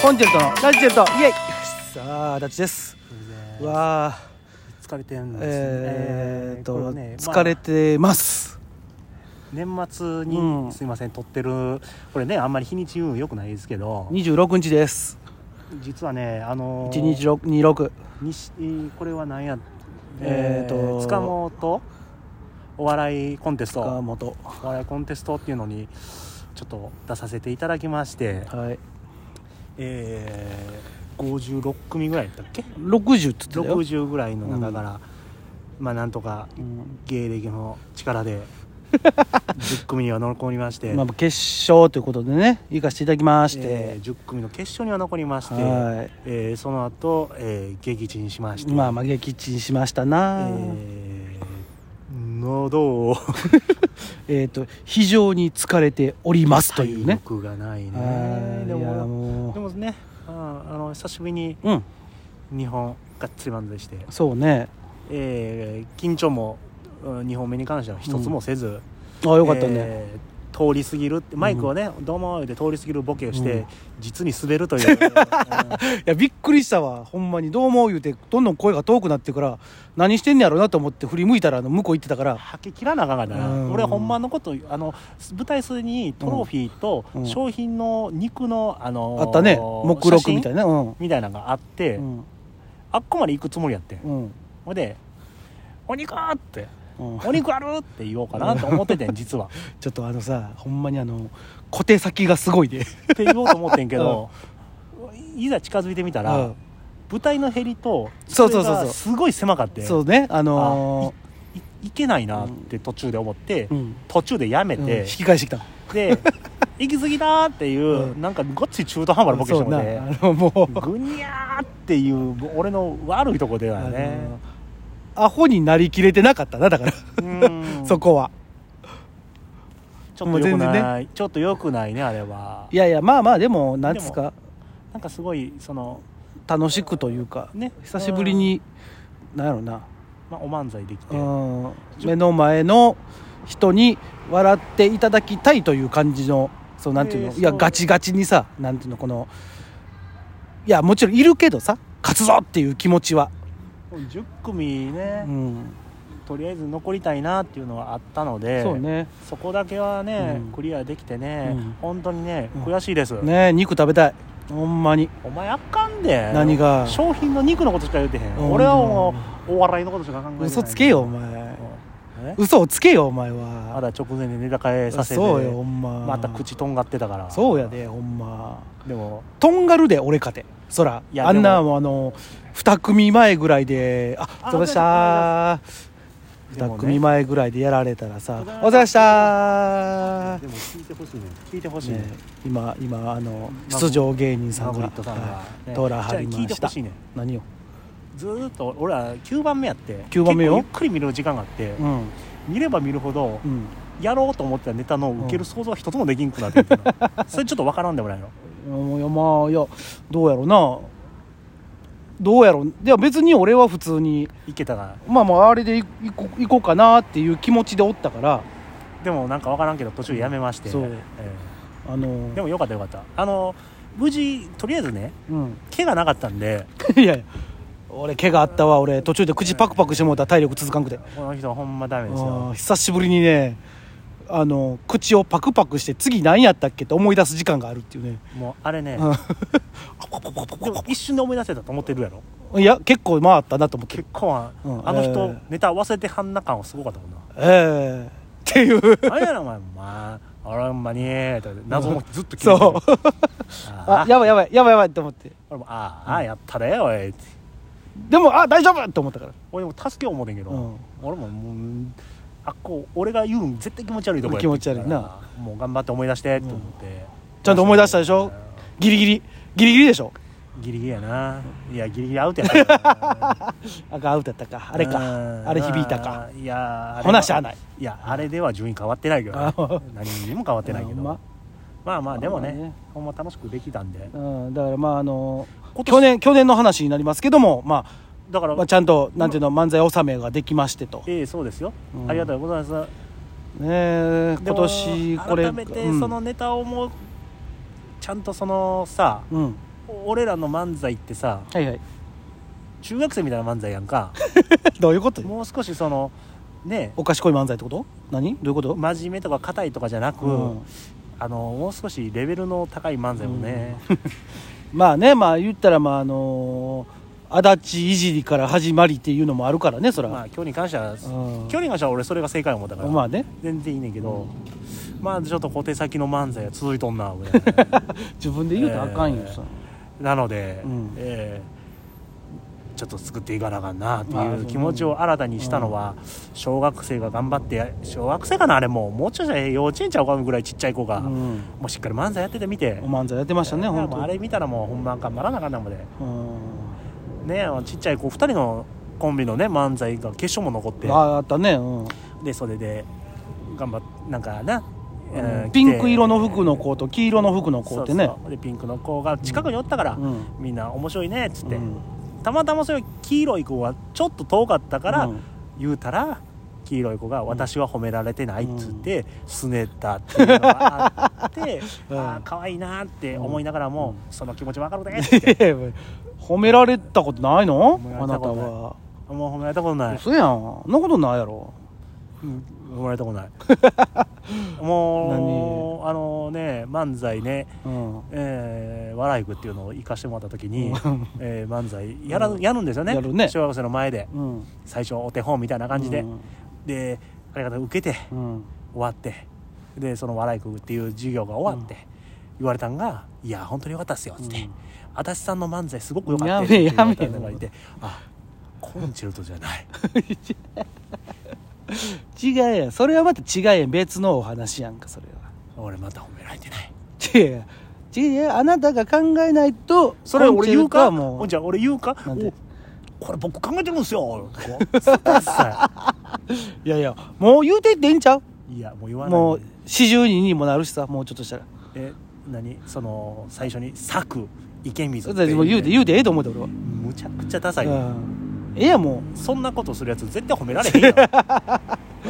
コンチェルトのラジチェルトイエイさあダチですうわあ疲れてるんですねえーっ、ことれね疲れてます、まあ年末に、うんすいません撮ってるこれねあんまり日にち運良くないですけど26日です実はねあの1日26西これは何やえーっと塚本お笑いコンテス川ト本お笑いコンテストっていうのにちょっと出させていただきまして、はいえー、56組ぐらいだったっけ60っつってたよ、 60ぐらいの中から、まあなんとかうん芸歴の力 で10組には残りまして、まあ、決勝ということでね行かせていただきまして、えー10組の決勝には残りまして、はいえーその後、えー撃沈しまして、まあまあ撃沈しましたなえー喉を えーっと非常に疲れておりますというね体力がないねはいでいやももでもねあーあの久しぶりにううん日本がっつりバンドでして、そうねえー緊張も2本目に関しては一つもせず、あよかったね、えー通り過ぎるってマイクをね、どうもーで通り過ぎるボケをして、うん実に滑ると いう、うんいやびっくりしたわほんまにどうも言うてどんどん声が遠くなってから何してんねやろうなと思って振り向いたらあの向こう行ってたから吐き切らなあかんがな、うん俺ほんまのことあの舞台数にトロフィーとうん商品の肉の、あのーあったね目録みた写い真なうんみたいなのがあって、うんあっこまで行くつもりやってんうんほ、んで「お肉!」って うん「お肉ある!」って言おうかなと思っててん実はちょっとあのさほんまにあの小手先がすごいでって言おうと思ってんけど、いざ近づいてみたら、うん舞台のヘリとそうそうそうそうれがすごい狭かってそうねああのいいいけないなって途中で思って、ーうん途中でやめうんて引、き返してきた で行き過ぎだーっていう、うんなんかごっつい中途半端なボケしてそうもならあってのも うぐにゃーっていう俺の悪いとこではねあのアホになりきれてなかったなだからうんそこはちょっと良くもう全な然い、ちょっと良くないねあれはいやいやまあまあでもなんつうかなんかすごいその楽しくというかね久しぶり、になんやろなうんまあ、お漫才できてうん目の前の人に笑っていただきたいという感じのそうなんていうの、えーいやそうガチガチにさなんていうのこのいやもちろんいるけどさ勝つぞっていう気持ちは、 10組ねう、ん、とりあえず残りたいなっていうのはあったのでそうねそこだけはね、うんクリアできてね、うん本当にね、うん悔しいです、ね肉食べたいほんまにお前あかんで何が商品の肉のことしか言うてへん、うん俺はもうお笑いのことしか考えてない嘘つけよおう前んえ嘘をつけよお前まはだ直前でネタ変えさせてそうよほんままた口とんがってたからそうやでほんまでもとんがるで俺かてそらいやあんなでもうあの2組前ぐらいでああお疲れっしたでもね2組前ぐらいでやられたらさただお疲れっしたでも聞いてほしいね聞いてほしいねね今今あのまあ出場芸人さサんブリがットさんがはいトラじゃ張あり聞いまてしほたしいね何よずーっと俺ら9番目やって九番目よ結構ゆっくり見る時間があってうん見れば見るほどうんやろうと思ってたネタの受ける想像は一つもできんくなってきた なそれちょっとわからんでもないのいやまあいやどうやろうなどうやろういや別に俺は普通にいけたがまあまああれでいいこ行こうかなっていう気持ちでおったからでもなんかわからんけど途中やめまして、そうえあのえでもよかったよかったあの無事とりあえずねうん 毛がなかったんでいやいや俺怪我あったわ俺途中で口パクパクしてもうたら体力続かんくてこの人はほんまダメですあーよ久しぶりにねあの口をパクパクして次何やったっけって思い出す時間があるっていうねもうあれねうんでも一瞬で思い出せたと思ってるやろ いや結構回ったなと思って結構は、うんあの人、ええネタ忘れてはんな感はすごかったもんなええっていう何やろお前まあ俺ほんまにーとか言って謎もずっと聞いてそうああーやばいやばいやばいやばいと思って俺もあーあーやったでおいってでもあ大丈夫と思ったから俺も助けよう思うねんけど、うん俺ももうあっこう俺が言うん絶対気持ち悪いとこやって気持ち悪いなもう頑張って思い出してと思って、ちゃんと思い出したでしょギリギリギリギリでしょギリギリやないやギリギリアウトやな あかアウトやったかあれうかんあれ響いたかいやあれはほなしゃあないいやあれでは順位変わってないけどね、あほ何にも変わってないけど、うんままあまあでもね,、まあねほんま楽しくできたんでうんだからまああの今年去年去年の話になりますけどもまあだから、まあ、ちゃんとなんていうの漫才納めができましてと、ねええそうですよ、うんありがとうございますえ、で今も年これ改めてそのネタをもうちゃんとそのさうん、うん俺らの漫才ってさはいはい中学生みたいな漫才やんか どういうこともう少しそのねおかしこい漫才ってこと何どういうこと、真面目とか硬いとかじゃなく、うんあのもう少しレベルの高い漫才もね、まあねまあ言ったらまああのー足立いじりから始まりっていうのもあるからねそら、まあ今日に関しては、うん今日に関しては俺それが正解思ったから、まあね全然いいねんけど、まあちょっと小手先の漫才が続いとんな 俺自分で言うとあかんよ、えーそらなので、うんえーちょっと作っていかなあかんなってまあいそうう気持ちを新たにしたのは小学生が頑張って小学生かなあれもうもうちょい幼稚園ちゃうかぐらいちっちゃい子が、うもん、うしっかり漫才やっててみてお漫才やってましたね、いや本もう当あれ見たらもうほんま頑張らなあかんなもんでうんねあのちっちゃい子2人のコンビのね漫才が決勝も残ってああったね、うんでそれで頑張っなんかな、えーピンク色の来服の子と黄色の服の子ってねそうそうでピンクの子が近くにおったから、うんみんな面白いねっつって、うんたまたまそれ黄色い子がちょっと遠かったから、うん、言うたら黄色い子が「私は褒められてない」っつって、すねたっていうのがあって うんああ可愛いなって思いながらも、その気持ち分かるで褒められたことないの褒められあなたたことないはもう褒められたことない嘘やんそんなことないやろうん褒められたことない もうあのね漫才ねうんえー、笑い具っていうのを生かしてもらった時にうん、えー漫才やら、やるんですよねやるね小学生の前でうん最初お手本みたいな感じで、でありがとう受けてうん終わってでその笑い具っていう授業が終わって、言われたんが「いや本当に良かったっすよ」っつって、うん足立さんの漫才すごく良かったやよ」めえやめえって言われたのがいて「あコンチェルトじゃない」違うやんそれはまた違うやん別のお話やんかそれは俺また褒められてない違うやん違うやんあなたが考えないと」それコンチ俺言ェルうトはかももうんじゃあ俺言うかなんでおこれ僕考えてるんです よダッサいやいやもう言うてっていいんちゃういいやもう言わないもう四十人にもなるしさもうちょっとしたらえ何その最初に「作池水」それでもう言うて言うてええと思うで俺はむちゃくちゃダサい、うんええやんもそんなことするやつ絶対褒められ へんよそ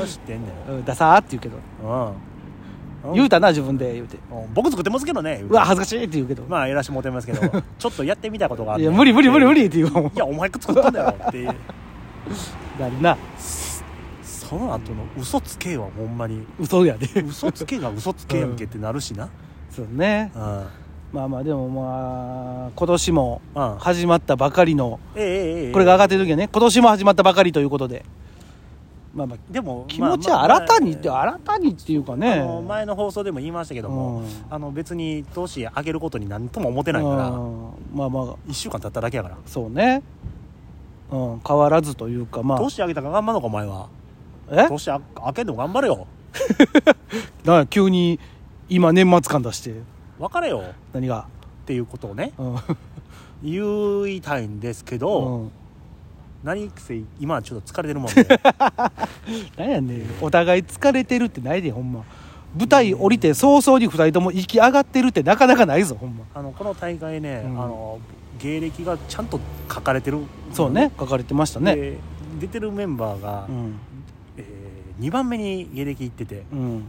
れ知ってんねううんダサーって言うけどんうん言うたな自分で言うてうん僕作ってますけどね言うてうわ恥ずかしいって言うけど、まあやらしてもらってますけ どちょっとやってみたことがあっいてや無理無理無理無理って言うもんいやお前作ったんだよっていうな るなその後の嘘つけはほんまに嘘やで嘘つけが嘘つけやんけってなるしなそうねうん、まあまあでもまあ今年もうん始まったばかりのええええええこれが上がってる時はね今年も始まったばかりということでまあまあでも気持ちは新たにって、新たにっていうかあねの前の放送でも言いましたけども、うんあの別に投資上げることに何とも思ってないかうら、んまあま一1週間経っただけやから、あそうねうん変わらずというかまあ投資上げたから頑張るのかお前はえ投資あ開けんでも頑張れよなんか急に今年末感出して別れよっ何がていうことをねうん言いたいんですけうど、ん何せ今はちょっと疲れてるもん でなんやねんお互い疲れてるってないでほんま舞台降りて早々に二人とも息上がってるってなかなかないぞほんまあのこの大会ね、うんあの芸歴がちゃんと書かれてるそうね書かれてましたねで出てるメンバーが、うんえ2番目に芸歴いっててうん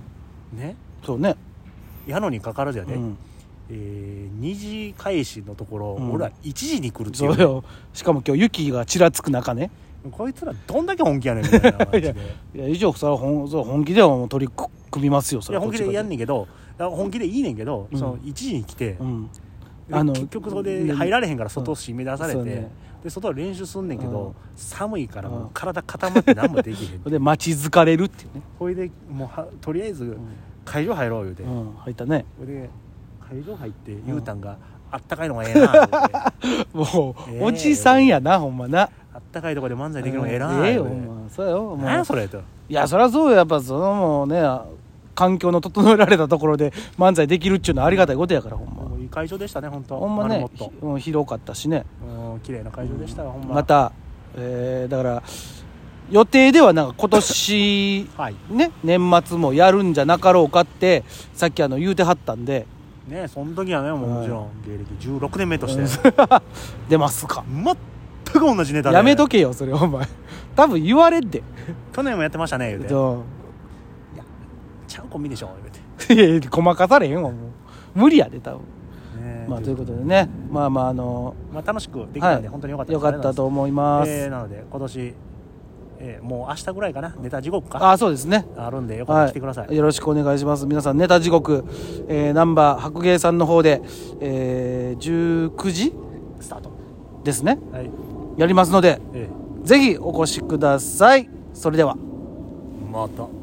ねそうねやのにかかわらずやうで、んえー、2時開始のところ、うん俺は1時に来るっていそううよしかも今日雪がちらつく中ねこいつらどんだけ本気やねんみたいな感じで いいや以上それは本それは本気ではもう取り組みますよそいれやは本気でやんねねんけどいや本気でいいねんけど、うんその1時に来て、うんあの結局そこで入られへんから外閉め出されて、そうねで外は練習すんねんけど、うん寒いからもううん体固まって何もできへんそれで待ち疲れるっていうねほいでもうはとりあえず会場入ろう言うて、うんうん入ったねほいで会場入ってゆうたんが、あったかいのがええな」言うてもえうえおじさんやなほんまなあったかいとこで漫才できるのがええな」うんええ言ようほてんまそうよもう何やそれ」と。いやそりゃそうよやっぱそのもうね環境の整えられたところで漫才できるっちゅうのはありがたいことやからほんまもういい会場でしたね本当ほんまねもっとひうん広かったしねうん綺麗な会場でしたわほんままた、えーだから予定ではなんか今年はいね年末もやるんじゃなかろうかってさっきあの言うてはったんでねその時はねもうもちろん芸歴16年目として 出ますか全く同じネタでやめとけよそれお前多分言われんで去年もやってましたね言うてど「ちゃんコンビでしょ」言うて ういやごまかされへんわもう無理やで多分ねねまあ、ということでねまあまああのまあ、楽しくできたんで、本当によかったよかったと思い思ま、いますす、えーなので今年、えーもう明日ぐらいかなネタ地獄かあそうですねあるんでよかったはら来てください、い、よろしくお願いします皆さんネタ時刻、えー、ナンバー白芸さんの方で、えー、19時スタートですねはい、やりますのでえぜひお越しくださいそれではーまた